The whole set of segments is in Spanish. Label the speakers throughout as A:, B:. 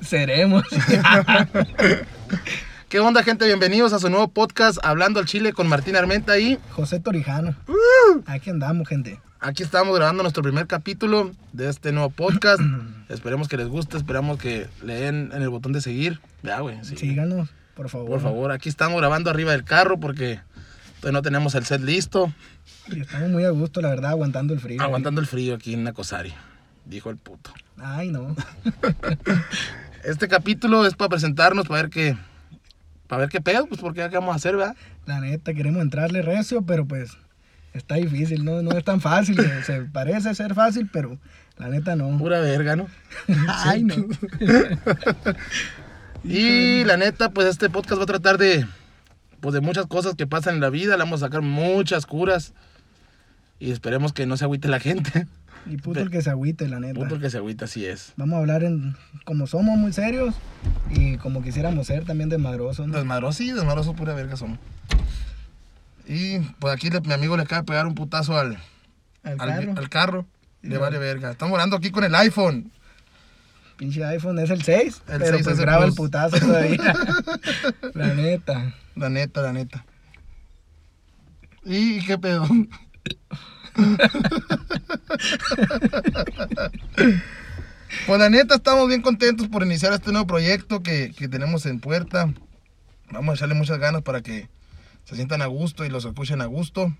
A: seremos.
B: ¿Qué onda, gente? Bienvenidos a su nuevo podcast Hablando al Chile con Martín Armenta y
A: José Torijano. Aquí andamos, gente.
B: aquí estamos grabando nuestro primer capítulo de este nuevo podcast. esperemos que les guste, esperamos que le den en el botón de seguir. Ya, güey, sí.
A: Síganos, por favor.
B: Por favor, aquí estamos grabando arriba del carro porque todavía no tenemos el set listo.
A: Y estamos muy a gusto, la verdad, aguantando el frío.
B: Aguantando el frío aquí en Nacosari, dijo el puto.
A: Ay, no.
B: Este capítulo es para presentarnos, para ver qué... Para ver qué pedo, pues porque qué vamos a hacer, ¿verdad?
A: La neta, queremos entrarle recio, pero pues está difícil. No, no es tan fácil. eh, Se parece ser fácil, pero la neta no.
B: Pura verga, ¿no?
A: Ay, no.
B: Y la neta, pues este podcast va a tratar de, pues, de muchas cosas que pasan en la vida. Le vamos a sacar muchas curas. Y esperemos que no se agüite la gente.
A: Y puto el que se agüite, la neta.
B: Puto el que se agüita, así es.
A: Vamos a hablar en como somos muy serios y como quisiéramos ser también desmadrosos. ¿no?
B: Desmadrosos, sí, desmadrosos, pura verga somos. Y pues aquí le- mi amigo le acaba de pegar un putazo al,
A: Al
B: al-
A: carro.
B: al carro. Le vale verga. Estamos orando aquí con el iPhone.
A: Pinche iPhone es el 6,
B: El
A: pero
B: 6
A: pues
B: es el
A: graba el
B: plus.
A: putazo todavía. la neta.
B: La neta, la neta. ¿Y qué pedo? pues la neta, estamos bien contentos por iniciar este nuevo proyecto que, que tenemos en puerta. Vamos a echarle muchas ganas para que se sientan a gusto y los escuchen a gusto.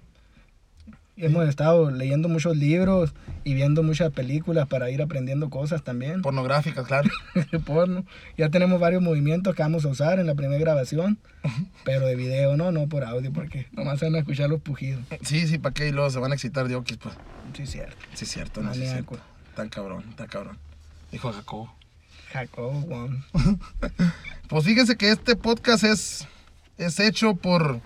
A: Hemos estado leyendo muchos libros y viendo muchas películas para ir aprendiendo cosas también.
B: Pornográficas, claro.
A: Porno. Ya tenemos varios movimientos que vamos a usar en la primera grabación, pero de video no, no por audio, porque nomás se van a escuchar los pujidos.
B: Sí, sí, ¿para qué? Y luego se van a excitar de okis, pues.
A: Sí, cierto.
B: Sí, es cierto, no, sí, es
A: Maníaco.
B: cierto. Tan cabrón, tan cabrón. Dijo Jacobo.
A: Jacob, weón.
B: Pues fíjense que este podcast es, es hecho por.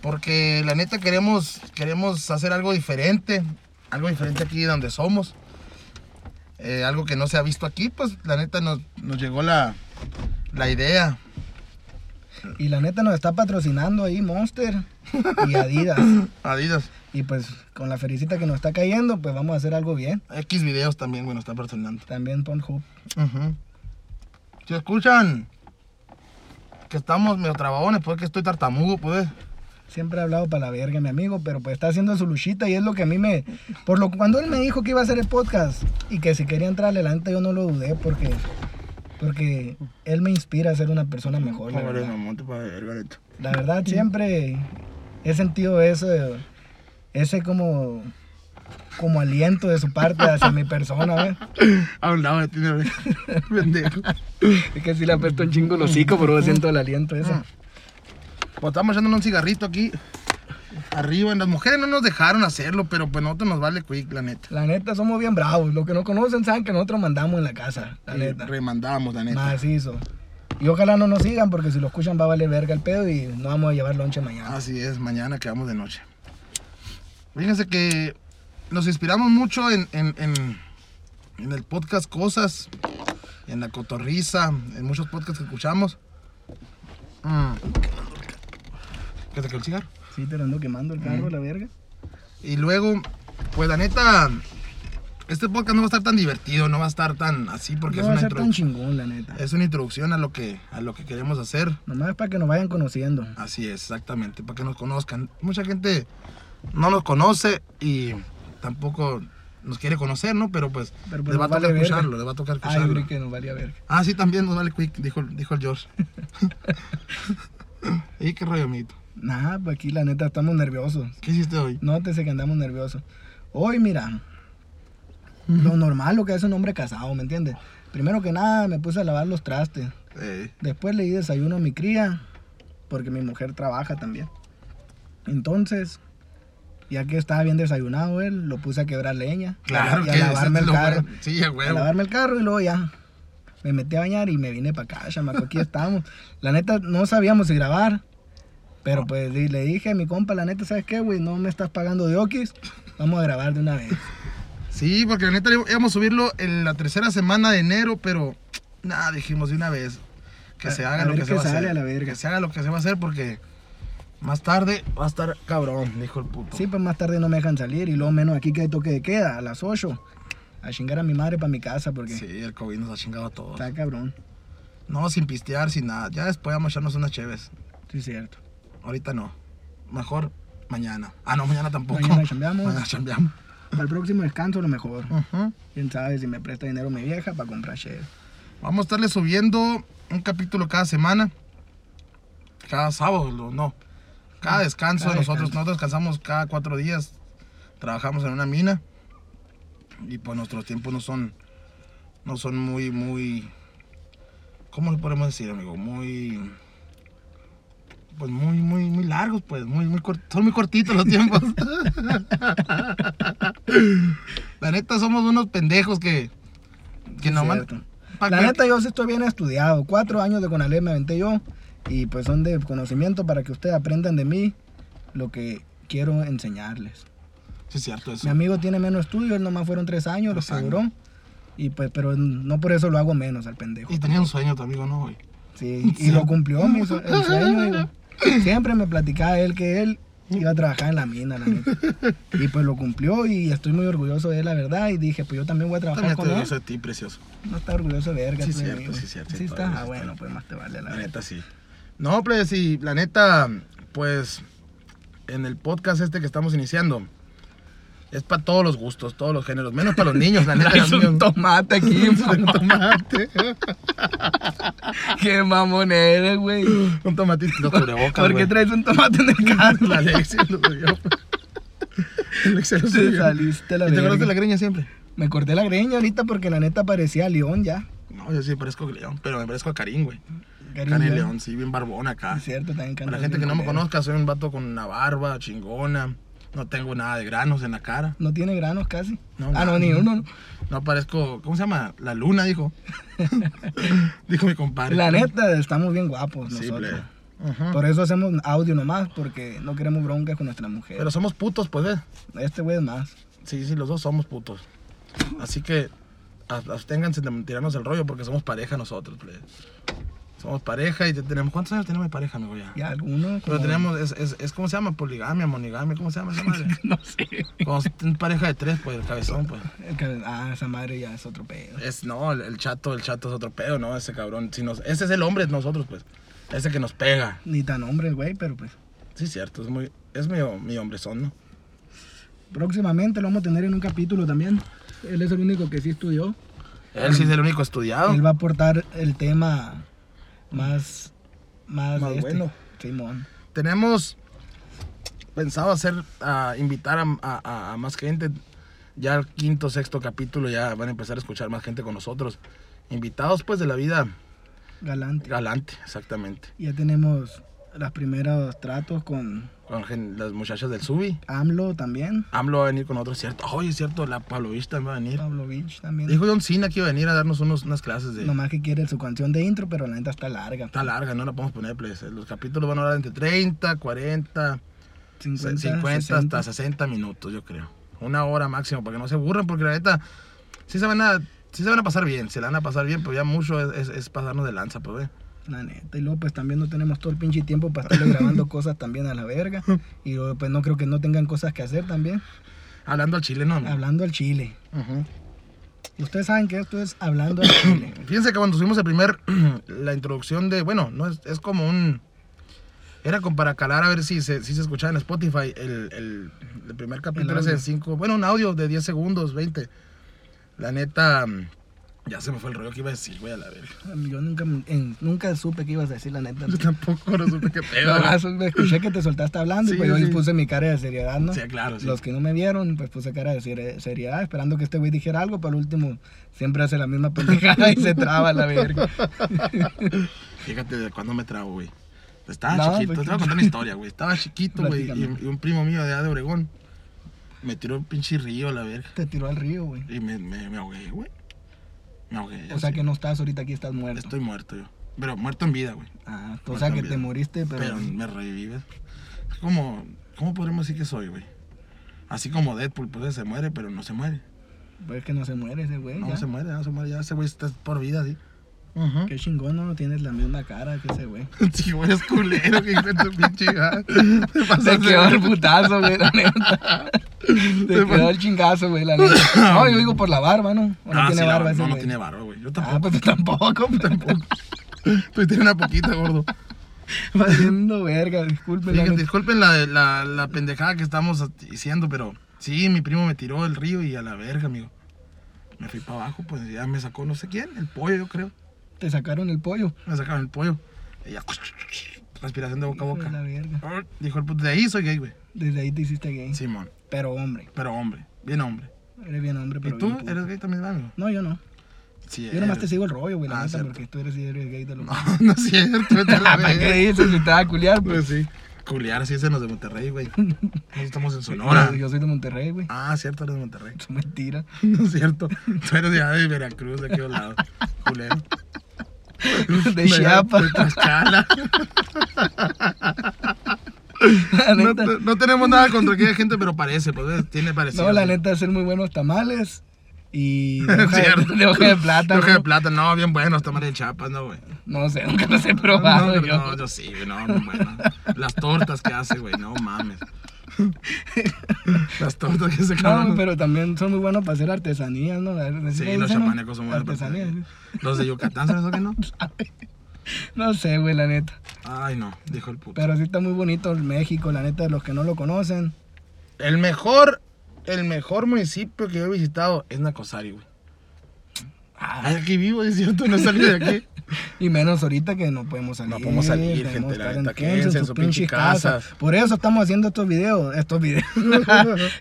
B: Porque la neta queremos, queremos hacer algo diferente. Algo diferente aquí donde somos. Eh, algo que no se ha visto aquí, pues la neta nos, nos llegó la, la idea.
A: Y la neta nos está patrocinando ahí Monster y Adidas.
B: Adidas.
A: Y pues con la felicita que nos está cayendo, pues vamos a hacer algo bien.
B: X videos también, bueno, está personando.
A: También Pornhub.
B: Si escuchan que estamos medio trabajones, pues que estoy tartamudo, pues.
A: Siempre ha hablado para la verga, mi amigo, pero pues está haciendo su luchita y es lo que a mí me... Por lo cuando él me dijo que iba a hacer el podcast y que si quería entrar adelante yo no lo dudé porque... Porque él me inspira a ser una persona mejor, la
B: Pobre
A: verdad.
B: mamón, te pasa de verga, neta.
A: La verdad, siempre he sentido eso, ese como... Como aliento de su parte hacia mi persona, ¿ves?
B: A un lado de ti, mira, pendejo.
A: Es que sí le apesto un chingo el hocico, pero siento el aliento ese.
B: Pues estamos echándonos un cigarrito aquí arriba. Las mujeres no nos dejaron hacerlo, pero pues nosotros nos vale quick, la neta.
A: La neta, somos bien bravos. Los que no conocen saben que nosotros mandamos en la casa. La
B: Y
A: neta.
B: Remandamos, la neta.
A: Macizo. Y ojalá no nos sigan porque si lo escuchan va a valer verga el pedo y no vamos a llevar lonche mañana.
B: Así es, mañana quedamos de noche. Fíjense que nos inspiramos mucho en, en- en- en el podcast Cosas, en la cotorriza, en muchos podcasts que escuchamos. Mm. ¿Qué te quedó el cigarro?
A: Sí, te lo ando quemando el carro, la verga.
B: Y luego, pues la neta, este podcast no va a estar tan divertido, no va a estar tan así porque
A: no
B: es,
A: va a
B: una
A: ser tan
B: introdu-
A: chingón, la neta.
B: es una introducción a lo, que, a lo que queremos hacer.
A: Nomás es para que nos vayan conociendo.
B: Así es, exactamente, para que nos conozcan. Mucha gente no nos conoce y tampoco nos quiere conocer, ¿no? Pero pues,
A: Pero pues
B: le va a
A: nos vale
B: tocar
A: verga.
B: escucharlo, le va a tocar
A: Ay,
B: escucharlo.
A: güey, que nos valía verga.
B: ah, sí, también nos vale quick, dijo, dijo el George. y qué rollo, amiguito.
A: Nah, pues aquí la neta estamos nerviosos.
B: ¿Qué hiciste hoy?
A: Nótese que andamos nerviosos. Hoy, mira, lo normal, lo que hace un hombre casado, ¿me entiendes? Primero que nada, me puse a lavar los trastes.
B: Eh,
A: Después le di desayuno a mi cría, porque mi mujer trabaja también. Entonces, ya que estaba bien desayunado él, lo puse a quebrar leña.
B: claro
A: y
B: que
A: a, y a lavarme el
B: ese es lo
A: carro.
B: bueno. Sí, a
A: A
B: huevo.
A: lavarme el carro y luego ya. Me metí a bañar y me vine para acá, chamaco. Aquí estamos. La neta, no sabíamos si grabar. Pero pues di- le dije a mi compa, la neta, ¿sabes qué, güey? No me estás pagando de okis. Vamos a grabar de una vez.
B: Sí, porque la neta íbamos a subirlo en la tercera semana de enero, pero nada, dijimos de una vez que
A: A-
B: se
A: a
B: haga lo
A: ver
B: que se
A: qué
B: va a
A: sale
B: hacer.
A: a la verga.
B: Que se haga lo que se va a hacer porque más tarde va a estar cabrón, dijo el puto.
A: Sí, pues más tarde no me dejan salir y luego menos aquí que hay toque de queda a las 8. a chingar a mi madre para mi casa porque
B: Sí, el COVID nos ha chingado a todos.
A: está cabrón.
B: No, sin pistear, sin nada. Ya después vamos a echarnos unas chéves.
A: Sí, es cierto.
B: Ahorita no. Mejor mañana. Ah, no, mañana tampoco.
A: Mañana chambeamos.
B: Mañana chambeamos.
A: Para el próximo descanso, lo mejor.
B: Ujú.
A: Quién sabe si me presta dinero mi vieja para comprar shit.
B: Vamos a estarle subiendo un capítulo cada semana. Cada sábado, lo- no. Cada descanso
A: Cada
B: de nosotros.
A: descanso.
B: Nosotros descansamos cada cuatro días. Trabajamos en una mina. Y pues nuestros tiempos no son. No son muy, muy. ¿Cómo le podemos decir, amigo? Muy. Pues muy, muy, muy largos, pues. Muy, muy cort- son muy cortitos los tiempos. La neta, somos unos pendejos que. Que nomás.
A: Cierto.
B: pa'
A: La
B: que-
A: neta, yo sí estoy bien estudiado. Cuatro años de Conalep me aventé yo. Y pues son de conocimiento para que ustedes aprendan de mí lo que quiero enseñarles.
B: Sí, es cierto eso.
A: Mi amigo tiene menos estudios, él nomás fueron tres años, lo
B: Tres años.
A: aseguró. Y pues, pero no por eso lo hago menos al pendejo.
B: Y tenía un sueño tu amigo, ¿no, güey?
A: Sí, y
B: Sí.
A: lo cumplió mi sue- el sueño. digo. Siempre me platicaba él que él iba a trabajar en la mina, la neta. Y pues lo cumplió y estoy muy orgulloso de él, la verdad. Y dije, pues yo también voy a trabajar
B: También
A: con él.
B: te eso de ti, precioso.
A: No está orgulloso de verga.
B: Sí,
A: tú de
B: cierto,
A: mí, güey.
B: sí, cierto,
A: Sí,
B: sí,
A: está.
B: todavía
A: Ah,
B: sí
A: bueno,
B: está.
A: pues más te vale la
B: La
A: neta.
B: neta, sí. No, pues sí, la neta, pues en el podcast este que estamos iniciando, es para todos los gustos, todos los géneros, menos para los niños, la neta. los niños.
A: tomate aquí, pues,
B: Un tomate,
A: Qué mamón eres, güey.
B: un tomatito, los cubrebocas,
A: ¿Por qué
B: güey.
A: traes un tomate en el carro?
B: La Alexia lo subió. La Alexia lo
A: Te
B: subió.
A: saliste la
B: ¿Y te acuerdas
A: verga.
B: de la greña siempre?
A: Me corté la greña ahorita porque la neta parecía león ya.
B: No, yo sí parezco León, pero me parezco a Karim, güey.
A: Cariño.
B: Karim León, sí, bien barbón acá.
A: Es cierto, también
B: Ah, Para
A: canta
B: la gente
A: bien
B: que no me
A: culero.
B: conozca, soy un vato con una barba chingona. No tengo nada de granos en la cara.
A: No tiene granos casi.
B: No,
A: ah, no,
B: man.
A: ni uno. no.
B: No parezco, ¿cómo se llama? La luna, dijo. dijo mi compadre.
A: La neta, estamos bien guapos
B: Sí, Pues,
A: nosotros. Ah.
B: plebe. Ajá.
A: Por eso hacemos audio nomás, porque no queremos broncas con nuestra mujer.
B: Pero somos putos, pues, ¿ves?
A: este güey es más.
B: Sí, sí, los dos somos putos. Así que a- absténganse de tirarnos el rollo porque somos pareja nosotros, plebe. Somos pareja y ya tenemos... ¿Cuántos años tenemos de pareja, amigo, ya?
A: Ya algunos.
B: Pero
A: como-
B: tenemos, es, es, es, ¿cómo se llama? Poligamia, monogamia, ¿cómo se llama esa madre?
A: No sé.
B: Cuando es pareja de tres, pues, el cabezón, pues.
A: El que- Ah, esa madre ya es otro pedo.
B: Es, no, el, el chato, el chato es otro pedo, ¿no? Ese cabrón. Si nos, ese es el hombre de nosotros, pues. Ese que nos pega.
A: Ni tan hombre el güey, pero pues.
B: Sí, cierto, es muy. Es mi, mi hombrezón, ¿no?
A: Próximamente lo vamos a tener en un capítulo también. Él es el único que sí estudió.
B: Él sí es el único estudiado.
A: Él va a aportar el tema más. Más,
B: Más
A: de este.
B: bueno.
A: Simón.
B: Tenemos pensado hacer, a invitar a, a- a- a más gente. Ya el quinto, sexto capítulo ya van a empezar a escuchar más gente con nosotros. Invitados, pues, de la vida
A: Galante.
B: galante, exactamente.
A: Ya tenemos los primeros tratos con
B: Con gen- las muchachas del Subi.
A: AMLO también.
B: AMLO va a venir con otro, ¿cierto? Oye, es cierto, la Pavlovich también va a venir.
A: Pablo Beach también.
B: Dijo John Cena que iba a venir a darnos unos, unas clases de...
A: Nomás que quiere su canción de intro, pero la neta está larga.
B: Está larga, no la podemos poner, pues. Los capítulos van a durar entre 30, 40,
A: 50,
B: 50
A: 60.
B: hasta 60 minutos, yo creo. Una hora máximo, para que no se aburran, porque la neta, sí se van a, sí se van a pasar bien, se la van a pasar bien, pero ya mucho es, es- es pasarnos de lanza, pues, ¿eh?
A: La neta. Y luego pues también no tenemos todo el pinche tiempo para estarle grabando cosas también a la verga. Y luego, pues no creo que no tengan cosas que hacer también.
B: Hablando al chile, ¿no? amigo?
A: Hablando al chile.
B: Ujú.
A: Ustedes saben que esto es hablando al chile.
B: Fíjense que cuando subimos el primer, la introducción de, bueno, no es, es como un, era como para calar a ver si se, si se escuchaba en Spotify el, el- el primer capítulo ese de
A: audio.
B: 5, bueno, un audio de 10 segundos, 20. La neta, mm, ya se me fue el rollo que iba a decir, güey, a la verga.
A: Yo nunca, me- en- nunca supe que ibas a decir la neta.
B: Yo tampoco, no supe qué pedo.
A: Nada
B: güey.
A: más me escuché que te soltaste hablando
B: Sí,
A: y pues yo
B: sí.
A: les puse mi cara de seriedad, ¿no?
B: Sí, claro, sí.
A: Los que no me vieron, pues puse cara de ser- seriedad, esperando que este güey dijera algo, pero al último siempre hace la misma pendejada y se traba la verga.
B: Fíjate de cuándo me trago, güey. Estaba
A: No,
B: chiquito,
A: pues,
B: te voy a contar una historia, güey. Estaba chiquito, güey, y,
A: Platícame.
B: y un primo mío de allá de Obregón me tiró un pinche río a la verga.
A: Te tiró al río, güey.
B: Y me, me, me ahogué, güey. Me ahogué.
A: O sea
B: así.
A: que no estás ahorita aquí, estás muerto.
B: Estoy muerto yo. Pero muerto en vida, güey.
A: Ah, o
B: Pues
A: sea que
B: también.
A: te moriste, pero,
B: Pero me revives. Es como. ¿Cómo podremos decir que soy, güey? Así como Deadpool, pues se muere, pero no se muere.
A: pues es que no se muere ese güey.
B: No
A: ya.
B: se muere, no se muere. Ya ese güey está por vida, sí. Ajá.
A: Qué chingón, no tienes la misma cara que ese güey.
B: Sí, güey, es culero que hijo de tu pinche hija. Te
A: Te
B: pasaste
A: quedó
B: de-
A: el putazo, güey, la neta. Te quedó el chingazo, güey, la neta. No, yo digo por la barba, ¿no? ¿O no
B: Ah,
A: tiene
B: sí, la-
A: barba ese,
B: No, no
A: güey?
B: tiene barba, güey. Yo
A: Ah,
B: tampoco.
A: pues tampoco, tampoco. Ah.
B: Tú tienes una poquita, gordo.
A: Haciendo verga, disculpen. la
B: Fíjense,
A: neta.
B: disculpen la, la, la pendejada que estamos diciendo, pero sí, mi primo me tiró el río y a la verga, amigo. Me fui para abajo, pues ya me sacó no sé quién, el pollo, yo creo.
A: Te sacaron el pollo.
B: Me sacaron el pollo. Y ya, respiración de boca a
A: Hijo de La
B: boca.
A: verga.
B: Dijo el puto, de ahí soy gay, güey.
A: Desde ahí te hiciste gay.
B: Simón,
A: Pero hombre,
B: pero hombre, bien hombre.
A: eres bien hombre,
B: ¿Y
A: pero
B: tú
A: bien puto.
B: eres gay también, ¿verdad, amigo?
A: No, yo no.
B: Sí,
A: Yo nomás
B: eres.
A: te sigo el rollo, güey, la
B: Ah,
A: neta,
B: cierto.
A: porque tú eres, eres gay de lo Ah,
B: No, no es cierto. vete a la
A: ¿Para qué
B: verga.
A: dices si te va a culiar, pues?
B: Pues sí. Culear, sí, ese nos de Monterrey, güey. Nosotros estamos en Sonora.
A: Yo, yo soy de Monterrey, güey.
B: Ah, cierto, eres de Monterrey.
A: Es mentira.
B: No es cierto. Tú eres ya de Veracruz, de aquí al lado. Culero.
A: De Chiapas.
B: De Tlaxcala.
A: La
B: No,
A: neta.
B: te- no tenemos nada contra aquella gente, pero parece, pues ¿ves? tiene parecido.
A: No, la
B: güey.
A: neta, hacer muy buenos tamales. Y de
B: Es
A: hoja,
B: cierto.
A: de, de hoja de plata.
B: De hoja de
A: ¿no?
B: plata, no, bien bueno, está mal de Chiapas, no, güey.
A: No sé, nunca los he probado
B: no,
A: yo.
B: no, yo sí, güey, no, bien bueno. Las tortas que hace, güey, no mames. Las tortas que se
A: No,
B: cabrón.
A: güey, pero también son muy buenos para hacer artesanías, ¿no?
B: Sí,
A: ¿Le
B: los
A: dicen, no?
B: chapanecos son buenos. para
A: Artesanías.
B: comer. Los de Yucatán, ¿sabes lo que no?
A: No sé, güey, la neta.
B: Ay, no, dijo el puto.
A: Pero sí está muy bonito el México, la neta, los que no lo conocen.
B: El mejor, el mejor municipio que yo he visitado es Nacosari, güey.
A: Ah,
B: Ay, aquí vivo, es cierto, no salí de aquí.
A: Y menos ahorita que no podemos salir.
B: No podemos salir,
A: debemos
B: gente, la
A: estar
B: neta,
A: en
B: quédense
A: tenso,
B: en sus pinches casas.
A: Por eso estamos haciendo estos videos, estos videos,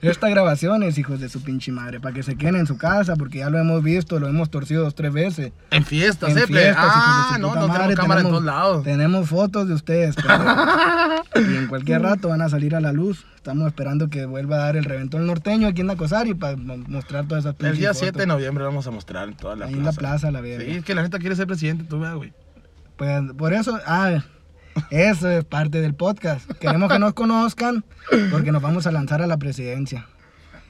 A: estas grabaciones, hijos de su pinche madre, para que se queden en su casa, porque ya lo hemos visto, lo hemos torcido dos, tres veces.
B: En fiestas,
A: En
B: eh, ple-
A: fiestas, hijos de
B: Ah,
A: su
B: no,
A: puta
B: no
A: madre,
B: tenemos cámara en todos lados.
A: Tenemos fotos de ustedes, pero- y en cualquier rato van a salir a la luz. Estamos esperando que vuelva a dar el reventón norteño aquí en Nacosari para mo- mostrar todas esas
B: El
A: pinches
B: día
A: fotos.
B: 7 de noviembre vamos a mostrar en toda la
A: Ahí
B: plaza.
A: en la plaza, la verga.
B: Sí, es que la gente quiere ser presidente, tú veas, güey.
A: Pues por eso, ah, eso es parte del podcast. Queremos que nos conozcan porque nos vamos a lanzar a la presidencia.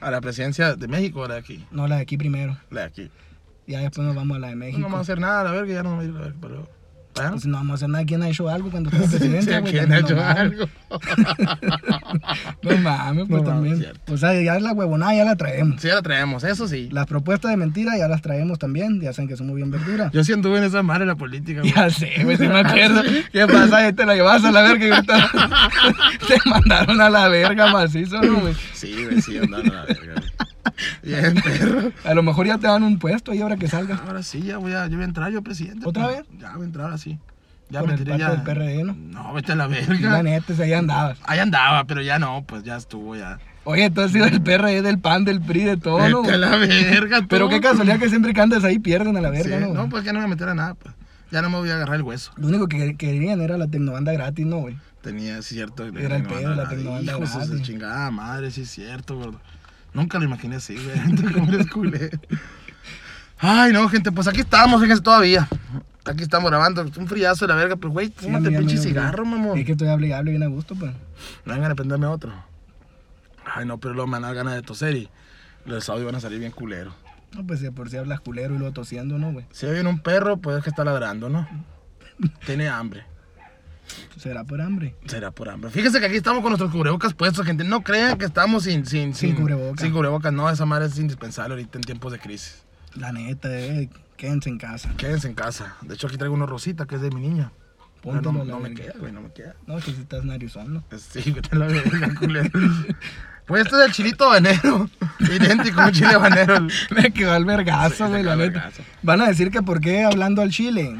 B: A la presidencia de México, la de aquí.
A: No, la de aquí primero.
B: La de aquí.
A: Ya después nos vamos a la de México.
B: Pues No vamos a hacer nada, la verga, ya no vamos a ir a la verga, pero. Bueno,
A: Pues no vamos a hacer nada. ¿Quién ha hecho algo cuando está presidente? Pues
B: sí,
A: güey?
B: ¿quién ha
A: No
B: hecho
A: mames.
B: algo?
A: No mames, pues
B: No mames,
A: también.
B: cierto.
A: O sea, ya la huevonada ya la traemos.
B: Sí, ya la traemos, eso sí.
A: Las propuestas de mentira ya las traemos también. Ya saben que somos bien verduras.
B: Yo sí anduve en esa madre de la política, güey.
A: Ya sé, güey, si me acuerdo. ¿Qué pasa? Ahí te la llevas a la verga y ahorita te mandaron a la verga macizo, ¿no, güey?
B: Sí, güey, sí, andando a la verga, güey. Bien, perro.
A: A lo mejor ya te dan un puesto ahí ahora que salgas.
B: Ahora sí, ya voy a, yo voy a entrar yo, presidente.
A: ¿Otra
B: pues. Ya voy a entrar así. Ya
A: Por
B: me
A: el
B: tiré
A: pacto
B: ya.
A: del PRD, ¿no?
B: vete a la
A: La
B: verga.
A: neta, si ahí andabas.
B: Ahí andaba, pero ya no, pues ya estuvo ya.
A: Oye, tú has sido el PRD, del PAN, del PRI, de todo, ¿no?
B: vete a la verga, tú.
A: Pero qué casualidad que siempre que andas ahí pierden a la
B: Este Sí,
A: verga,
B: no,
A: ¿no? güey?
B: pues ya no me voy a meter a nada, pues. Ya no me voy a agarrar el hueso.
A: Lo único que querían era la tecnobanda gratis, ¿no, güey?
B: Tenía, sí, cierto.
A: Era el
B: no,
A: pedo,
B: no,
A: la
B: no,
A: tecnobanda
B: Hijos de su
A: grande.
B: chingada madre, sí, es cierto, gordo. Nunca lo imaginé así, güey. ¿Cómo eres culero? Ay, no, gente, pues aquí estamos, fíjense todavía. Aquí estamos grabando. Un friazo de la verga, pero güey,
A: Sí,
B: fúmate
A: amigo,
B: pinche
A: amigo,
B: cigarro,
A: amigo.
B: mamón.
A: Es que estoy hable y hable bien a gusto, pues.
B: Me van a prenderme otro. Ay, no, pero luego me van a dar ganas de toser y los audios van a salir bien culeros.
A: No, pues de por si hablas culero y luego tosiendo, ¿no, güey?
B: Si viene un perro, pues es que está ladrando, ¿no? Tiene hambre.
A: Será por hambre.
B: Será por hambre. Fíjense que aquí estamos con nuestros cubrebocas puestos, gente. No crean que estamos sin... Sin,
A: Sin cubrebocas.
B: Sin cubrebocas, no. Esa madre es indispensable ahorita en tiempos de crisis.
A: La neta, eh, quédense en casa.
B: Quédense en casa. De hecho, aquí traigo uno rosita que es de mi niña. Pero
A: Póntelo
B: no,
A: a la
B: no me
A: verga.
B: queda, güey, no me queda.
A: No, que si estás narizón, ¿no?
B: Sí, vete a la verga, culero. Pues este es el chilito habanero. Idéntico a un chile habanero. el-
A: Me quedó el vergazo,
B: Sí,
A: güey,
B: se
A: la
B: quedó el
A: neta.
B: vergazo.
A: Van a decir que por qué hablando al chile.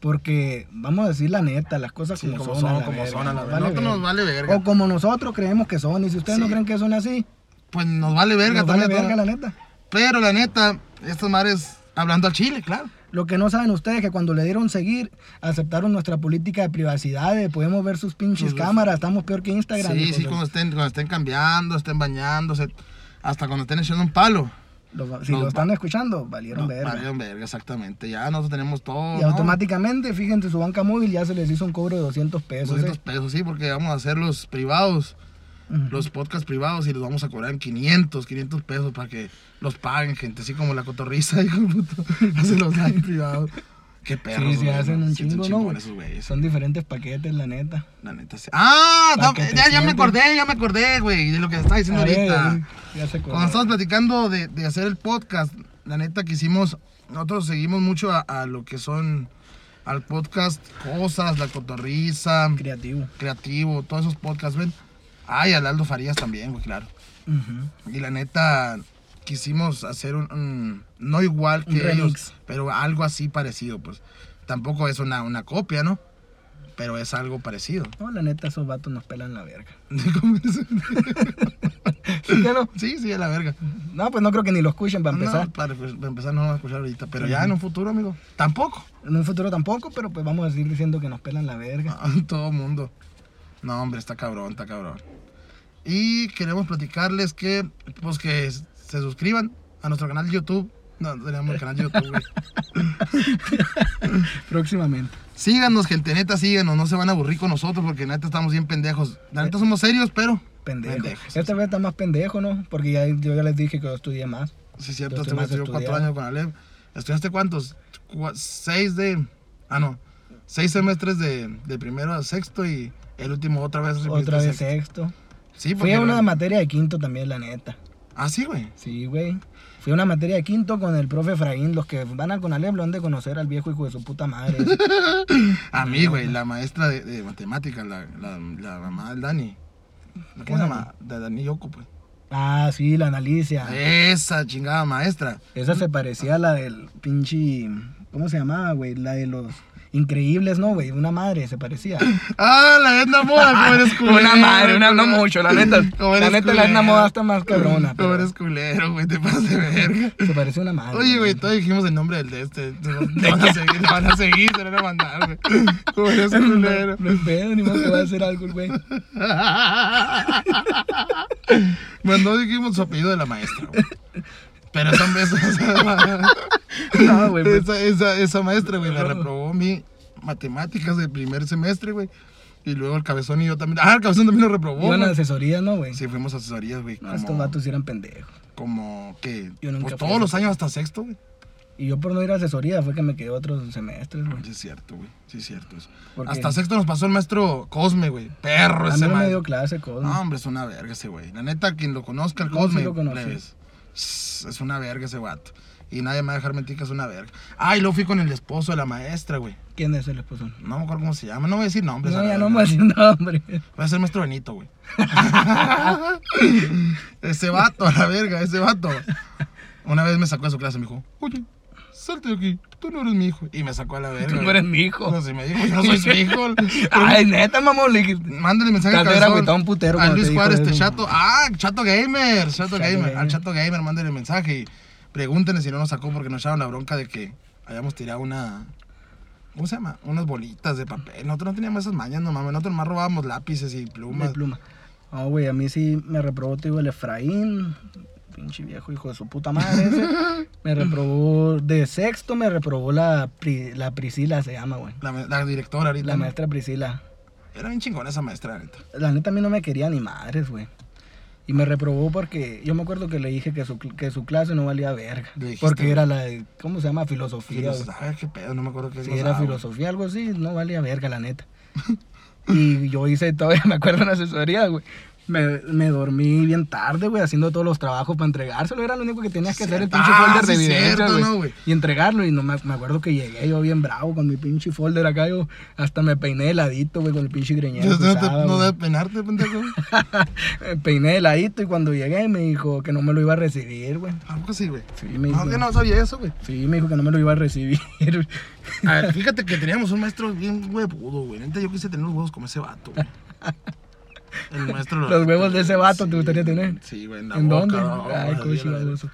A: Porque vamos a decir la neta, las cosas
B: Sí,
A: como,
B: como
A: son, a
B: son,
A: la
B: como
A: verga,
B: son, a la
A: nos
B: verga. Nosotros nos vale verga.
A: O como nosotros creemos que son, y si ustedes no
B: Sí.
A: creen que son así,
B: Pues nos vale verga
A: nos vale
B: también,
A: verga
B: ¿no?
A: la neta.
B: Pero la neta, estas madres hablando al chile, claro.
A: Lo que no saben ustedes es que cuando le dieron seguir, aceptaron nuestra política de privacidad, de podemos ver sus pinches
B: Nos ves-
A: cámaras, estamos peor que Instagram.
B: Pues,
A: pues,
B: sí,
A: hijos
B: sí,
A: de-
B: cuando estén, cuando estén cambiando, estén bañándose, hasta cuando estén echando un palo.
A: los- si
B: nos
A: lo
B: va-
A: están escuchando, valieron
B: No,
A: verga.
B: valieron verga, exactamente. Ya nosotros tenemos todo.
A: Y
B: ¿no?
A: automáticamente, fíjense, su banca móvil ya se les hizo un cobro de 200 pesos.
B: 200
A: ¿eh?
B: pesos, sí, porque vamos a hacer los privados,
A: Ujú.
B: los podcasts privados y los vamos a cobrar en 500, 500 pesos para que los paguen, gente. Así como la cotorriza, hijo de puto, hace los live privados. Qué perro.
A: Sí, sí, hacen un
B: chingo,
A: chingo, ¿no? güey? Son diferentes paquetes, la neta.
B: La neta sí. Ah,
A: Pa'
B: tam-
A: que te
B: ya, ya me
A: sientes.
B: acordé, ya me acordé, güey, de lo que te estaba diciendo
A: A ver,
B: ahorita.
A: Ah, ya se acordó.
B: Cuando estábamos platicando de, de hacer el podcast, la neta que hicimos, nosotros seguimos mucho a, a lo que son al podcast Cosas, La Cotorriza,
A: Creativo.
B: Creativo, todos esos podcasts, ven. Ay, al Aldo Farías también, güey, claro.
A: Ujú.
B: Y la neta, quisimos hacer un, un- no igual que
A: Un remix.
B: ellos, pero algo así parecido, pues. Tampoco es una, una copia, ¿no? Pero es algo parecido.
A: No, la neta, esos vatos nos pelan la verga.
B: ¿Cómo es?
A: Sí, ya no.
B: sí, sí, a la verga.
A: No, pues no creo que ni lo escuchen para empezar.
B: No, para, para empezar no vamos a escuchar ahorita, pero ya en un futuro, amigo. Tampoco.
A: En un futuro tampoco, pero pues vamos a seguir diciendo que nos pelan la verga.
B: Ah, Todo mundo. No, hombre, está cabrón, está cabrón. Y queremos platicarles que, pues que se suscriban a nuestro canal de YouTube. No, tenemos el canal de YouTube, güey.
A: Próximamente.
B: Síganos, gente, neta, síganos. No se van a aburrir con nosotros porque neta estamos bien pendejos. La neta somos serios, pero...
A: Pendejo.
B: Pendejos.
A: Esta vez está más pendejo, ¿no? Porque ya, yo ya les dije que yo estudié más.
B: Sí, cierto,
A: Yo estoy
B: este güey
A: más
B: estudió cuatro
A: estudiado.
B: años con Alem. ¿Estudiaste cuántos? Cua- seis de... Ah, no. Seis semestres de, de primero a sexto y el último otra vez. repetiste
A: Otra vez
B: sexto.
A: sexto.
B: pues, Sí,
A: Fui a
B: porque-
A: una materia de quinto también, la neta.
B: Ah, sí, güey.
A: Sí, güey. Fui a una materia de quinto con el profe Efraín. Los que van a Conalep lo han de conocer al viejo hijo de su puta madre.
B: A mí, güey, la maestra de, de matemáticas, la, la, la mamá del Dani.
A: ¿Qué
B: ¿Cómo se llama? De Dani Yoko, pues.
A: ah, sí, la analicia.
B: Esa chingada maestra.
A: Esa se parecía a la del pinche. ¿Cómo se llamaba, güey? La de los increíbles, ¿no, güey? Una madre se parecía.
B: Ah, la Edna Moda, como eres culero.
A: Una madre, una no mucho, la neta.
B: Como
A: La
B: eres
A: neta, la Edna
B: culero.
A: Moda está más cabrona,
B: Como
A: pero-
B: eres culero, güey, te pasas de verga.
A: Se parece a una madre.
B: Oye, güey, todavía dijimos el nombre del de este. Te te van a seguir, te van a seguir, te van a mandar, güey. Como eres culero.
A: No hay pedo, ni modo que va a hacer algo el güey.
B: Bueno, no dijimos su apellido de la maestra, güey. Pero esa, esa,
A: No, güey. pues,
B: esa, esa, esa maestra, güey, la reprobó mi matemáticas del primer semestre, güey. Y luego el cabezón y yo también. Ah, el cabezón también lo reprobó.
A: Iban a
B: güey.
A: asesoría, ¿no, güey?
B: Sí, fuimos a asesorías, güey.
A: No,
B: como-
A: estos vatos sí eran pendejos.
B: como que
A: Yo nunca
B: pues,
A: fui
B: todos los años hasta sexto, güey.
A: Y yo por no ir a asesoría fue que me quedé otros semestres, güey.
B: Sí es cierto, güey. Sí es cierto eso.
A: ¿Por qué?
B: Hasta sexto nos pasó el maestro Cosme, güey. Perro
A: A mí
B: ese
A: no me
B: maestro.
A: dio clase, Cosme.
B: No, hombre, es una verga ese güey. La neta, quien lo conozca, el
A: No, sí
B: Cosme,
A: lo conocí.
B: plebes, es es una verga ese vato. Y nadie me va a dejar mentir que es una verga. Ah, y luego fui con el esposo de la maestra, güey.
A: ¿Quién es el esposo? No,
B: No me acuerdo cómo se llama. No voy a decir nombres. a la
A: ya no
B: verga.
A: me voy a decir nombre.
B: Voy a ser maestro Benito, güey. ese vato, a la verga, ese vato. Una vez me sacó de su clase, me dijo, oye, salte de aquí, tú no eres mi hijo. Y me sacó a la verga.
A: Tú no
B: güey.
A: eres mi hijo.
B: No, sí me dijo, yo no soy su hijo.
A: Ay, neta, mamón, le dijiste.
B: Mándale mensaje
A: Tal
B: al
A: vez era agüitado
B: cabezón.
A: un putero
B: a
A: cuando te
B: Luis
A: dijo
B: Juárez, este
A: eso.
B: chato. Ah, chato gamer,
A: Chato
B: chato, gamer. Al
A: gamer.
B: chato gamer, mándale mensaje y pregúntenle si no nos sacó porque nos echaron la bronca de que hayamos tirado una. ¿Cómo se llama? Unas bolitas de papel. Nosotros no teníamos esas mañas, no mames. Nosotros más robábamos lápices y
A: Una
B: plumas.
A: pluma. Ah, güey, a mí sí me reprobó, te digo, el Efraín. Pinche viejo, hijo de su puta madre. ese. me reprobó de sexto, me reprobó la, Pri- la Priscila, se llama, güey.
B: La, la directora ahorita.
A: La
B: ¿no?
A: maestra Priscila.
B: Era bien chingona esa maestra, la neta.
A: La neta a mí no me quería ni madres, güey. Y me reprobó porque yo me acuerdo que le dije que su, cl- que su clase no valía verga.
B: Le dijiste,
A: Porque
B: güey.
A: era la de, ¿cómo se llama? Filosofía. güey.
B: Filos- A ver qué pedo, Pues no me acuerdo qué
A: Si
B: cosa,
A: era
B: güey.
A: filosofía, algo así, no valía verga, la neta. Y yo hice, todavía me acuerdo en asesoría, güey. Me, me dormí bien tarde, güey, haciendo todos los trabajos para entregárselo. Era lo único que tenías que hacer, el
B: Cierto.
A: pinche
B: Ah,
A: folder de
B: sí,
A: evidencia,
B: cierto,
A: güey.
B: ¿no, güey?
A: y entregarlo, y no me, me acuerdo que llegué yo bien bravo con mi pinche folder acá, yo hasta me peiné de ladito, güey, con el pinche greñero.
B: Entonces,
A: que
B: no, te-
A: usaba,
B: no
A: güey.
B: debes penarte, pendejo.
A: Me peiné de ladito y cuando llegué me dijo que no me lo iba a recibir, güey.
B: Algo así, güey.
A: Sí, me dijo.
B: No, que no sabía eso, güey.
A: Sí, me dijo que no me lo iba a recibir.
B: A ver, fíjate que teníamos un maestro bien huevudo, güey. Neta, yo quise tener los huevos como ese vato, güey. El maestro
A: Los huevos de ese vato te gustaría tener.
B: Sí, güey, en la
A: ¿En
B: boca,
A: dónde?
B: no,
A: Ay,
B: así,
A: coche
B: la verga.
A: baboso.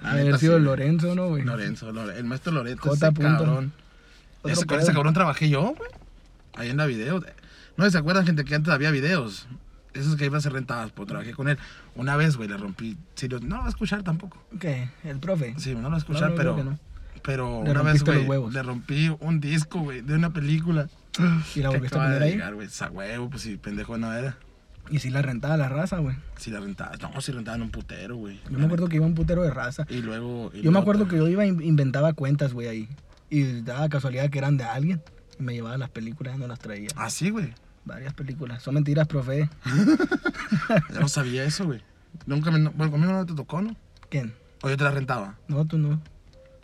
B: La
A: Haber
B: neta,
A: sido
B: sí, güey.
A: Lorenzo, ¿no, güey?
B: Lorenzo, Lore- el maestro Loreto,
A: J.
B: ese
A: punto.
B: cabrón.
A: Otro
B: Ese, con
A: pedo.
B: ese cabrón trabajé yo, güey. Ahí en la video. No, ¿se acuerdan, gente, que antes había videos? Esos que iban a ser rentadas, pues trabajé con él. Una vez, güey, le rompí. serio, no lo va a escuchar tampoco.
A: ¿Qué? ¿El profe?
B: Sí, no lo va a
A: No,
B: escuchar,
A: no, creo
B: pero.
A: que no.
B: Pero
A: Le
B: una vez,
A: rompiste los
B: güey,
A: huevos.
B: le rompí un disco, güey, de una película.
A: ¿Y la
B: que
A: volviste a
B: acaba
A: poner
B: de
A: ahí?
B: llegar, güey. Esa huevo, pues si pendejo no era.
A: Y si la rentaba la raza, güey.
B: Si la rentabas. No, si rentaban un putero, güey.
A: Yo me acuerdo que iba un putero de raza.
B: Y luego. y
A: Yo me
B: luego
A: acuerdo que
B: también-
A: yo iba e inventaba cuentas, güey, ahí. Y daba casualidad que eran de alguien. Y me llevaba las películas y no las traía.
B: Ah, sí, güey.
A: Varias películas. Son mentiras, profe.
B: Yo no sabía eso, güey. Nunca me. no- Bueno, conmigo no te tocó, ¿no?
A: ¿Quién?
B: O yo te la rentaba.
A: No, tú no.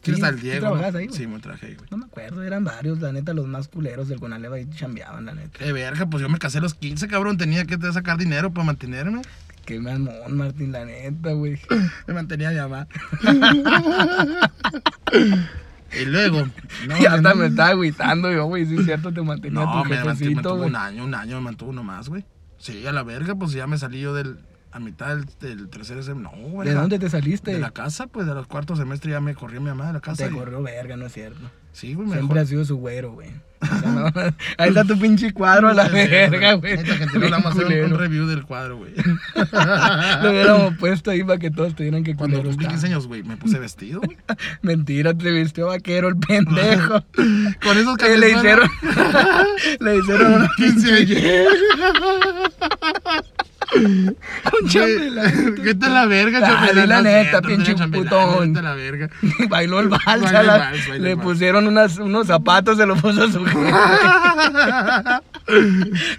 B: ¿Quién
A: Sí,
B: está el
A: ¿tú
B: Diego?
A: trabajabas
B: no?
A: ahí, güey?
B: Sí, me traje ahí, güey.
A: No me acuerdo, eran varios, la neta, los más culeros del Conaleva ahí chambeaban, la neta.
B: Qué verga, pues yo me casé a los 15, cabrón. Tenía que sacar dinero para mantenerme.
A: Qué mamón, Martín, la neta, güey.
B: Me mantenía mi mamá. y luego. No,
A: y hasta
B: no,
A: me estaba agüitando yo, güey, sí es cierto, te mantenía
B: No,
A: tu
B: me mantuvo, me
A: jefecito,
B: mantuvo
A: güey.
B: un año, un año me mantuvo nomás, güey. Sí, a la verga, pues ya me salí yo del. A mitad del, del tercer semestre. No, güey.
A: ¿De dónde te
B: De
A: saliste?
B: la casa, pues de los cuartos semestres ya me corrió mi mamá de la casa.
A: Te
B: y-
A: corrió verga, no es cierto.
B: Sí, güey, me
A: Siempre
B: dejó-
A: ha sido su güero, güey. O sea, no, ahí está tu pinche cuadro a la
B: Sí, güey.
A: verga, güey.
B: Neta, gente, no
A: Bien
B: le vamos a hacer un- un
A: culero.
B: review del cuadro, güey.
A: Lo hubiéramos puesto ahí para que todos te dieran que
B: Cuando
A: culero
B: cumplí
A: estaba.
B: 15 años, güey, me puse vestido, güey.
A: Mentira, te vistió vaquero el pendejo.
B: Con esos
A: Que le
B: calzones-
A: hicieron. le hicieron una
B: Quinceañera.
A: un chambelán.
B: ¿Qué tal la verga,
A: Ah,
B: chambelán?
A: di la
B: No
A: neta,
B: siento,
A: pinche
B: no, chambelán,
A: putón.
B: vete a la verga.
A: Bailó el vals,
B: Bailó el
A: a la-
B: vals, bailó
A: le
B: el vals.
A: pusieron unas, unos zapatos, se los puso a su jefe.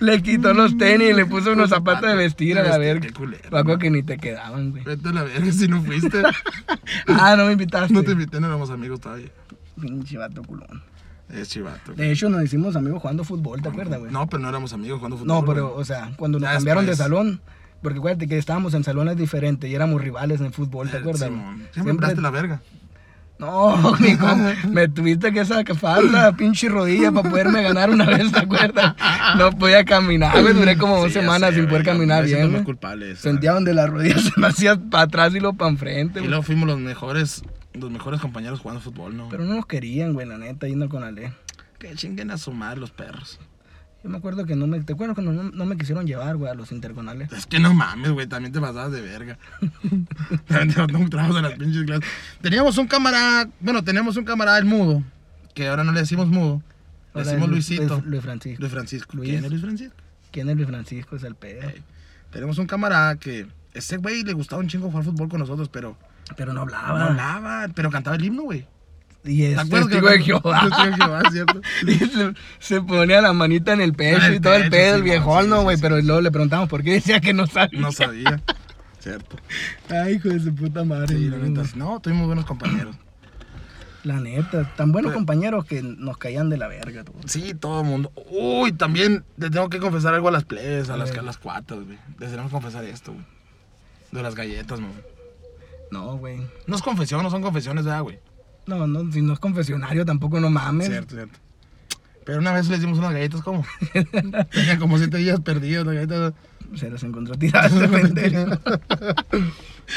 A: le quitó los tenis, le puso unos zapatos de vestir a la
B: Vestir,
A: verga.
B: qué culero,
A: Paco que ni te quedaban, güey.
B: Vete a la verga si no fuiste.
A: Ah, no me invitaste.
B: No te invité, no éramos amigos todavía.
A: Pinche vato culón.
B: Es chivato. güey.
A: De hecho, nos hicimos amigos jugando fútbol, ¿te acuerdas, güey?
B: No, pero no éramos amigos cuando fútbol.
A: No, pero,
B: güey.
A: o sea, cuando nos
B: Ya
A: cambiaron de
B: después.
A: salón, porque acuérdate que estábamos en salones diferentes y éramos rivales en fútbol, ¿te acuerdas? güey?
B: Ah, Simón, Siempre me daste la verga.
A: No, mijo, me tuviste que sacar la pinche rodilla para poderme ganar una vez, ¿te acuerdas? No podía caminar, güey, duré como dos
B: Sí, ya
A: semanas
B: sé,
A: sin poder
B: güey,
A: caminar
B: me siento
A: bien.
B: muy
A: güey.
B: culpable. de eso,
A: Sentía donde las rodillas se me hacían para atrás y luego para enfrente,
B: Y
A: güey.
B: luego fuimos los mejores, los mejores compañeros jugando fútbol, ¿no?
A: Pero no nos querían, güey, la neta, yendo con Ale.
B: Que chinguen a su madre los perros.
A: Yo me acuerdo que no me, te acuerdas cuando no, no me quisieron llevar, güey, a los interconales.
B: Es que no mames, güey, también te pasabas de verga. también te mandamos trabajos a las pinches clases. Teníamos un camarada, bueno, teníamos un camarada, el mudo, que ahora no le decimos mudo, le
A: Ahora es
B: decimos
A: Luis-
B: Luisito.
A: Luis Francisco.
B: Luis Francisco.
A: Luis.
B: ¿Quién es Luis Francisco?
A: ¿Quién es Luis Francisco? Es el pedo.
B: Ey, Tenemos un camarada que, ese güey le gustaba un chingo jugar fútbol con nosotros, pero
A: Pero no
B: no
A: hablaba.
B: hablaba, pero cantaba el himno, güey.
A: Y este es
B: ¿Te acuerdas
A: testigo de Jehová.
B: Testigo de Jehová, ¿cierto?
A: Y se, se ponía la manita en el pecho
B: En el
A: y todo el
B: pecho,
A: pedo, el
B: sí,
A: viejón,
B: sí,
A: ¿no,
B: sí,
A: güey?
B: sí.
A: Pero luego le preguntamos por qué decía que no sabía.
B: No sabía, ¿cierto?
A: Ay, hijo de su puta madre.
B: Sí, la
A: güey.
B: neta, no, tuvimos buenos compañeros.
A: La neta, tan buenos compañeros que nos caían de la verga, tú.
B: Sí, todo el mundo. Uy, también le tengo que confesar algo a las plebes, a
A: A
B: las,
A: ver.
B: a las cuatas, güey. Les tenemos que confesar esto, güey. De las galletas, güey.
A: No, güey.
B: No es confesión, no son confesiones, ¿verdad, güey?
A: No, no, si no es confesionario tampoco no mames.
B: Cierto, cierto. Pero una vez les dimos unas galletas, ¿cómo? Tenían como siete días perdidos las galletas.
A: Se las encontró tiradas de pendejo.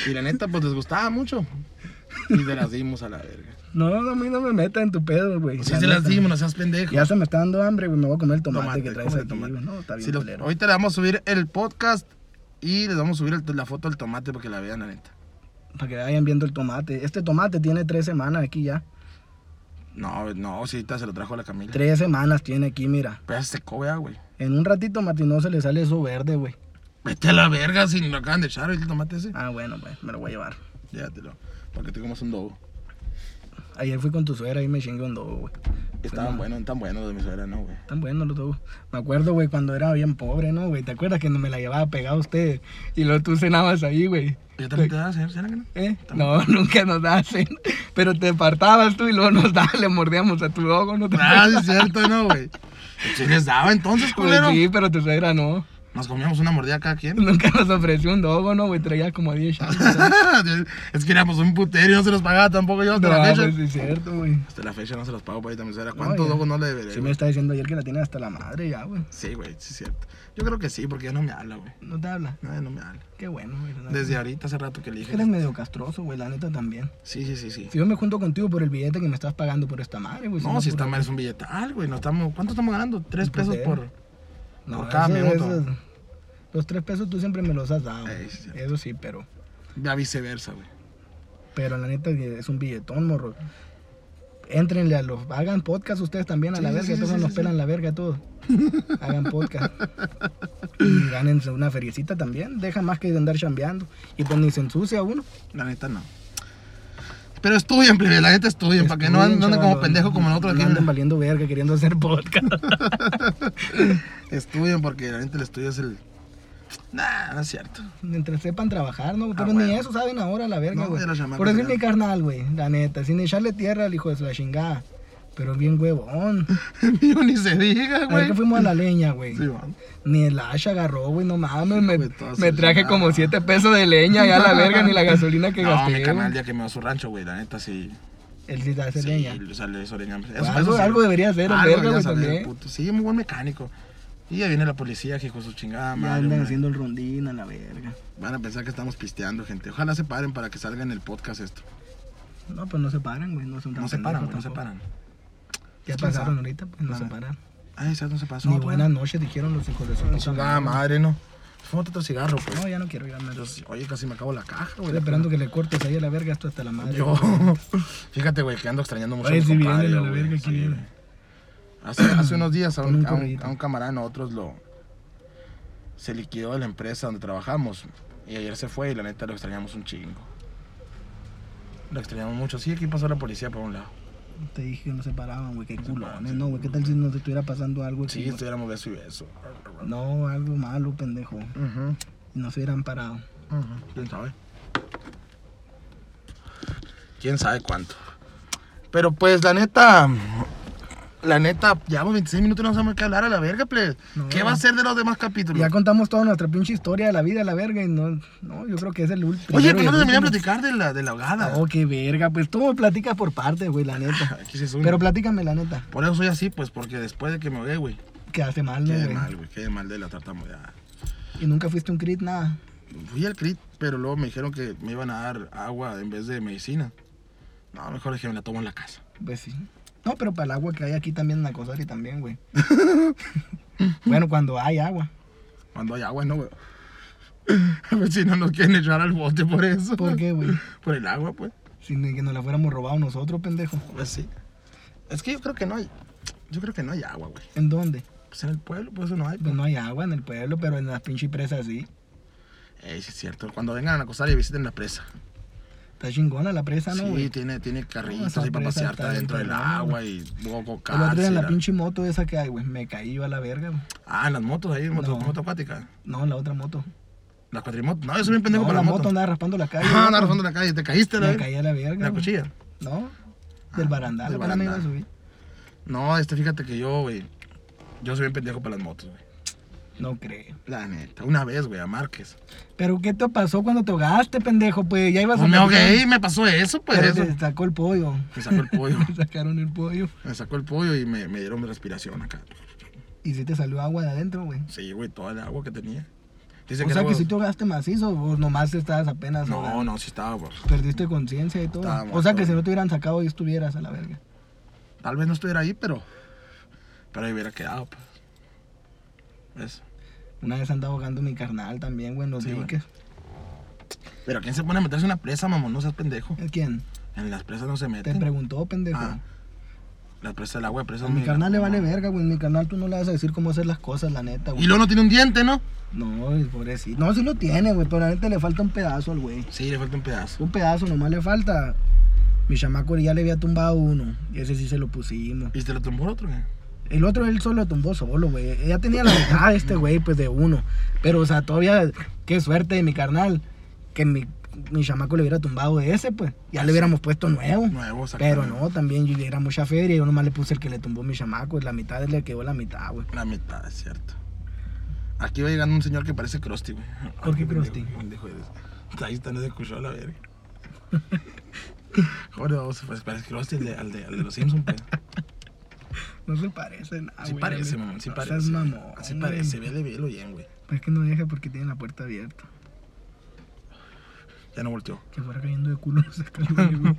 B: Y la neta, pues les gustaba mucho. Y se las dimos a la verga.
A: No, no, a mí no me metas en tu pedo, güey.
B: Pues sí,
A: La
B: se las
A: neta.
B: dimos, no seas pendejo.
A: Ya se me está dando hambre, güey. Me voy a comer el tomate,
B: Tomate,
A: que traes
B: cómete
A: aquí,
B: tomate.
A: güey. No, está bien
B: Sí, lo-
A: culero.
B: ahorita le vamos a subir el podcast y les vamos a subir el- la foto del tomate para que la vean, la neta.
A: Para que vayan viendo el tomate. Este tomate tiene tres semanas aquí ya.
B: No, no, sí, ahorita se lo trajo a la Camila.
A: Tres semanas tiene aquí, mira.
B: Pero ya se secó, vea, güey.
A: En un ratito, Martín, no se le sale eso verde, güey.
B: Vete a la verga si lo acaban de echar ahorita el tomate ese.
A: Ah, bueno, pues, me lo voy a llevar.
B: Llévatelo. Para que te comas un dogo.
A: Ayer fui con tu suegra y me chingué un dogo, güey.
B: Estaban buenos, tan buenos de mi suegra, no, güey.
A: Tan buenos los dogos. Me acuerdo, güey, cuando era bien pobre, ¿no, güey? ¿Te acuerdas que me la llevaba pegada a usted? Y luego tú cenabas ahí, güey.
B: Yo también te daba, señor, ¿será que no?
A: ¿Eh? No, nunca nos hacen. Pero te apartabas tú y luego nos dabas, le mordíamos a tu dogo, ¿no te
B: Ah, sí, es cierto, no, güey. Sí les daba entonces,
A: acuerdas?
B: culero.
A: Pues sí, pero tu suegra no.
B: Nos comíamos una mordida cada quien.
A: Nunca nos ofreció un dogo, ¿no, güey? Traía como 10 chavos.
B: es que éramos un putero y no se los pagaba tampoco yo hasta
A: No,
B: la fecha.
A: pues sí, es cierto, güey.
B: Hasta la fecha no se los pago pues, para ahorita mi suegra.
A: No,
B: ¿Cuántos
A: ya.
B: dogos no le deberé?
A: Sí me
B: güey?
A: está diciendo ayer que la tiene hasta la madre ya, güey.
B: Sí, güey, sí es cierto. Yo creo que sí, porque ya no me habla, güey.
A: No te habla.
B: No, ya no me habla.
A: Qué bueno, güey. la neta.
B: Desde ahorita hace rato que le
A: Es
B: dije.
A: que eres medio castroso, güey, la neta también.
B: Sí, sí, sí, sí.
A: Si yo me junto contigo por el billete que me estás pagando por esta madre, güey.
B: No, si
A: por-
B: está mal, es un billetal, güey. No estamos, ¿Cuánto estamos ganando? ¿Tres
A: pues, Un
B: pesos por...?
A: putero. No,
B: por cada
A: eso-
B: minuto.
A: eso- los tres pesos tú siempre me los has dado.
B: Ey,
A: güey.
B: sí, sí.
A: Eso sí, pero.
B: Ya viceversa, güey.
A: Pero la neta que es un billetón, morro. Entrenle a los. Hagan podcast ustedes también a la
B: Sí,
A: verga.
B: sí, sí,
A: todos
B: sí,
A: nos
B: sí.
A: pelan la verga todos. Hagan podcast. y gánense una feriecita también. Deja más que de andar chambeando. Y pues ni se ensucia uno.
B: La neta, no. Pero estudien, plebe, la gente estudien, para que no
A: Estudien,
B: anden como
A: chaval,
B: pendejos como nosotros
A: No
B: aquí.
A: anden valiendo verga queriendo hacer podcast.
B: Estudien, porque la gente el estudio es el. Nah, no es cierto.
A: Mientras sepan trabajar, ¿no? Pero ni
B: Ah, bueno.
A: eso saben ahora, la verga,
B: No,
A: güey.
B: de los chamacos,
A: Por eso es
B: ya.
A: mi carnal, güey. La neta, sin echarle tierra al hijo de su la chingada. Pero es bien huevón.
B: Mío ni se diga,
A: Ayer
B: güey.
A: que fuimos a la leña, güey.
B: Sí, man.
A: Ni el hacha agarró, güey, no mames. Me,
B: Hijo de toda su
A: me traje
B: chingada.
A: como 7 pesos de leña ya la verga, ni la gasolina que
B: no,
A: gasté.
B: mi
A: güey.
B: canal, ya que me va a su rancho, güey, la neta sí.
A: Él sí hace
B: sí,
A: leña.
B: o sea, le hizo leña. Eso-
A: Pues
B: eso
A: algo-
B: sí. Ah,
A: algo debería hacer el
B: Algo
A: verga,
B: debería
A: güey,
B: saber el
A: también.
B: puto. Sí, muy buen mecánico. Y ya viene la policía, que hijo de su chingada
A: Ya
B: madre.
A: andan
B: hombre.
A: haciendo el rondín a la verga.
B: Van a pensar que estamos pisteando, gente. Ojalá se paren para que salga en el podcast esto.
A: No, pues no se paran, güey. No son tan
B: No se paran,
A: pendejos
B: güey, no se
A: tampoco.
B: paran.
A: Ya
B: ¿Quién
A: pasaron
B: sabe?
A: ahorita, pues no se
B: Nada.
A: paran.
B: Ay, ¿sabes dónde se pasó?
A: Ni
B: pues?
A: buenas noches dijeron los hijos de su puta
B: Chingada
A: madre.
B: madre, no. Fúmate otro cigarro, pues.
A: No, ya no quiero ir a nada.
B: Yo sí, Oye, casi me acabo la caja, güey.
A: Estoy esperando que le cortes ahí a la verga esto hasta la madre.
B: Yo. Fíjate, güey, que ando extrañando mucho
A: Oye,
B: a mi
A: sí
B: compadre,
A: vienen a la
B: güey,
A: verga,
B: sí,
A: aquí vienen.
B: güey. Hace, hace unos días a
A: Pon
B: un,
A: un
B: a un-
A: corridito.
B: a un camarada de nosotros lo, se liquidó de la empresa donde trabajamos. Y ayer se fue y la neta lo extrañamos un chingo. Lo extrañamos mucho. Sí, aquí pasó la policía por un lado.
A: Te dije que no se paraban, güey. Qué culones,
B: paraban,
A: no, güey. ¿Qué tal si nos estuviera pasando algo?
B: Sí,
A: aquí, güey?
B: estuviéramos beso y beso.
A: No, algo malo, pendejo.
B: Ujú,
A: No se hubieran parado.
B: ujú. ¿Quién sabe? ¿Quién sabe cuánto? Pero pues la neta... La neta, llevamos 26 minutos y no sabemos qué hablar a la verga, please.
A: No.
B: ¿Qué va a ser de los demás capítulos?
A: Ya contamos toda nuestra pinche historia de la vida de la verga y no, no, yo creo que es el último.
B: Oye, que no terminé de
A: terminamos
B: platicar de la, de la ahogada.
A: Oh, qué verga, pues tú me platicas por partes, güey, la neta.
B: Aquí sí es un-
A: Pero platícame la neta,
B: Por eso soy así, pues, porque después de que me ahogué, güey,
A: que hace mal, ¿no,
B: quedé
A: güey?
B: mal, güey, quedé mal de la tartamudeada.
A: Y nunca fuiste un crit, nada.
B: Fui al CRIT, pero luego me dijeron que me iban a dar agua en vez de medicina. No, mejor dije, me la tomo en la casa.
A: Pues sí. No, pero para el agua que hay aquí también en Acosari también, güey. bueno, cuando hay agua.
B: Cuando hay agua, no, güey. A ver si no nos quieren echar al bote por eso.
A: ¿Por qué, güey?
B: Por el agua, pues.
A: Si ni que nos la fuéramos robado nosotros, pendejo.
B: Pues sí. Es que yo creo que no hay. Yo creo que no hay agua, güey.
A: ¿En dónde?
B: Pues en el pueblo, pues eso no hay.
A: Pues
B: Pues.
A: no hay agua en el pueblo, pero en las pinches presas sí.
B: Ey, sí es cierto. Cuando vengan a acosar y visiten la presa.
A: Está chingona la presa, ¿no, güey?
B: Sí, tiene, tiene carritos
A: esa
B: así para
A: presa
B: pasearte
A: está
B: dentro del
A: bien,
B: agua y luego
A: El otro día en la
B: cárcel.
A: pinche moto esa que hay, güey. Me caí yo a la verga, güey.
B: Ah, en las motos ahí, moto,
A: No.
B: moto acuática.
A: No, en la otra moto.
B: Las cuatrimotos. No, yo soy bien pendejo
A: No,
B: para
A: la
B: la
A: moto,
B: moto.
A: andaba raspando la calle.
B: Ah,
A: loco.
B: andaba rozando la calle, te caíste, la,
A: Me caí a la verga.
B: la
A: güey.
B: cuchilla.
A: No, del
B: Ah,
A: barandal.
B: del
A: apenas me iba a
B: barandal.
A: subir.
B: No, este, fíjate que yo, güey, yo soy bien pendejo para las motos, güey.
A: No creo.
B: La neta, una vez, güey, a Márquez.
A: ¿Pero qué te pasó cuando te ahogaste, pendejo? Pues ya ibas
B: Pues me
A: platicar.
B: ahogué y me pasó eso, pues
A: Pero
B: eso.
A: te sacó el pollo.
B: Me sacó el pollo,
A: Te sacaron el pollo.
B: me sacó el pollo y me, me dieron respiración acá.
A: Y si te salió agua de adentro, güey.
B: Sí, güey, toda el agua que tenía. Dice
A: O
B: que
A: sea que
B: era agua-
A: si te ahogaste macizo, o nomás estabas apenas. ahogado.
B: No, no, sí estaba, güey.
A: Perdiste conciencia y todo.
B: Estaba
A: o sea que
B: muerto,
A: si
B: güey.
A: no te hubieran sacado, ya estuvieras a la verga.
B: Tal vez no estuviera ahí, pero. Pero ahí hubiera quedado, pues. ¿Ves?
A: Una vez andaba ahogando mi carnal también, güey, en los
B: Sí, güey.
A: diques.
B: Pero ¿quién se pone a meterse en una presa, mamón? No seas pendejo.
A: ¿Quién?
B: En las presas no se
A: Te
B: meten.
A: preguntó, pendejo.
B: Este. Ah, las presas del agua, de presas.
A: a mi
B: mira,
A: carnal le
B: no.
A: vale verga, güey. En mi carnal tú no le vas a decir cómo hacer las cosas, la neta,
B: Y
A: güey.
B: luego no tiene un diente, ¿no?
A: No, el pobrecito. No, sí lo tiene, güey, pero a la neta le falta un pedazo al güey.
B: Sí, le falta un pedazo.
A: Un pedazo nomás le falta. Mi chamaco ya le había tumbado uno. Y ese sí se lo pusimos.
B: ¿Y te lo tumbó otro, güey?
A: El otro él solo tumbó solo, güey. Ella tenía la mitad de este güey, pues de uno. Pero, o sea, todavía, qué suerte de mi carnal. Que mi, mi chamaco le hubiera tumbado de ese, pues. Ya le hubiéramos puesto nuevo. Pero
B: Nuevo, exactamente.
A: no, también yo era mucha feria. Yo nomás le puse el que le tumbó mi chamaco. Y la mitad le quedó la mitad, güey.
B: La mitad, es cierto. Aquí va llegando un señor que parece Krusty, güey.
A: ¿Por qué
B: Ay, pendejo,
A: Krusty?
B: pendejo eres. Ahí está, no se escuchó a la verga. Joder, vamos, pues parece Krusty, al de, al de, al de los Simpsons, pues.
A: No se parece nada,
B: Sí
A: Ah, güey.
B: parece, mamón, sí
A: No seas
B: parece.
A: mamón,
B: Así
A: güey.
B: parece, vele, velo bien, güey.
A: Pero Es que no deja porque tiene la puerta abierta.
B: Ya no volteó.
A: Que fuera cayendo de culo no saca el güey, güey.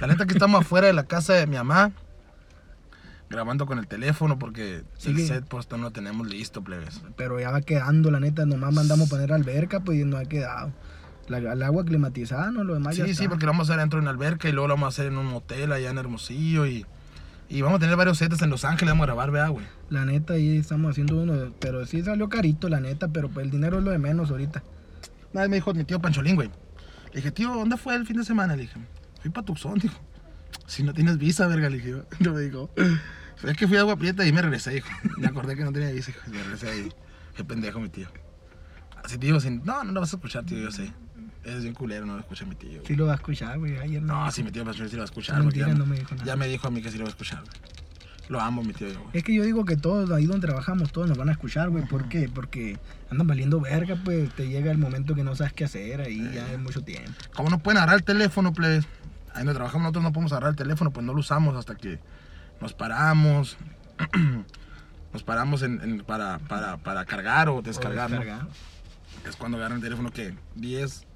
B: La neta que estamos afuera de la casa de mi mamá. Grabando con el teléfono porque
A: Sigue.
B: el set pues no lo tenemos listo, plebes.
A: Pero ya va quedando, la neta. Nomás mandamos poner alberca, pues y no ha quedado. La, el agua climatizada, no, lo demás ya
B: sí, sí,
A: está.
B: porque lo vamos a hacer dentro de una alberca y luego lo vamos a hacer en un motel allá en Hermosillo y, y vamos a tener varios sets en Los Ángeles, vamos a grabar, vea, güey.
A: La neta, ahí estamos haciendo uno. Pero sí salió carito, la neta. Pero pues el dinero es lo de menos ahorita.
B: Una vez me dijo mi tío Pancholín, güey. Le dije, tío, ¿dónde fue el fin de semana? Le dije, fui para Tucson, dijo. Si no tienes visa, verga, le dije yo. No me dijo. Es que fui a Agua Prieta y me regresé, dijo. Me acordé que no tenía visa, hijo. Me regresé ahí. Qué pendejo, mi tío. Así, tío, sin... no, no lo vas a escuchar, tío, yo sé. Es bien culero, no lo escucha mi tío. güey.
A: Sí lo va a escuchar, güey. Ayer me
B: No,
A: dijo.
B: sí, mi tío Pastrana sí lo va a escuchar. porque
A: Mentira,
B: ya,
A: no me dijo nada. Eh.
B: ya me dijo a mí que sí lo va a escuchar. güey. Lo amo, mi tío. güey.
A: Es que yo digo que todos ahí donde trabajamos, todos nos van a escuchar, güey. ¿Por qué? Porque andan valiendo verga, pues te llega el momento que no sabes qué hacer ahí ya es mucho tiempo.
B: Como no pueden agarrar el teléfono, plebes. Ahí donde trabajamos nosotros no podemos agarrar el teléfono, pues no lo usamos hasta que nos paramos. nos paramos en- en- para, para, para cargar o descargar. ¿no?
A: Descargar.
B: Es cuando agarran el teléfono que 10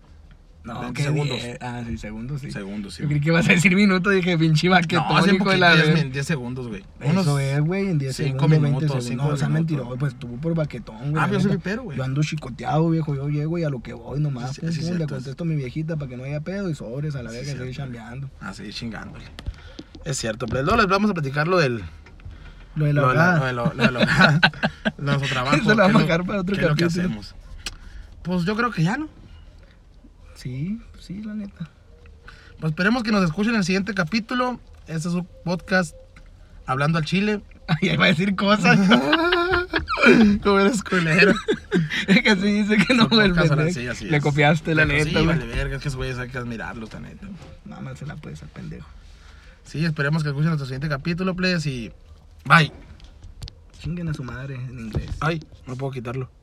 B: no,
A: No,
B: 20
A: qué
B: segundos.
A: bien. Ah, sí, segundos, sí.
B: Segundos, sí.
A: Yo
B: güey.
A: creí que ibas a decir minutos, dije, pinche
B: No, hace
A: vaquetónico de la
B: 10, 10 segundos, güey. Unos-
A: Eso es, güey, en 10
B: cinco
A: segundos, 20
B: minutos,
A: segundos.
B: cinco
A: no, o sea,
B: minutos.
A: mentiroso, pues tú por baquetón, güey.
B: Ah,
A: la
B: yo soy
A: neta.
B: pipero, güey.
A: Yo ando chicoteado, viejo, yo llego y a lo que voy nomás,
B: Sí,
A: pum,
B: sí,
A: pum, le
B: cierto.
A: contesto a mi viejita para que no haya pedo y sobres a la
B: Sí,
A: verga,
B: cierto.
A: estoy chambeando.
B: A seguir Ah, chingándole. Es cierto, pero luego les vamos a platicar lo del.
A: Lo de la
B: Lo de la-
A: hogada.
B: lo de lo- lo de la hogada. Nuestro trabajo.
A: Eso lo
B: ¿qué es
A: vamos a dejar para otro
B: qué es lo que
A: capítulo.
B: hacemos? Pues yo creo que ya, ¿no?
A: Sí, sí, la neta.
B: Pues esperemos que nos escuchen en el siguiente capítulo. Este es un podcast hablando al chile.
A: Ay, ahí va a decir cosas.
B: Como eres culero.
A: es que sí dice que no,
B: Podcast
A: el pendejo.
B: ahora sí, así
A: Le
B: es.
A: copiaste, la
B: Pero sí,
A: neta, güey.
B: vale verga, es que esos güeyes hay que admirarlos, la neta.
A: Nada más se la puedes al pendejo.
B: Sí, esperemos que escuchen nuestro siguiente capítulo, please. Y. Bye.
A: Chinguen a su madre en inglés.
B: Ay, no puedo quitarlo.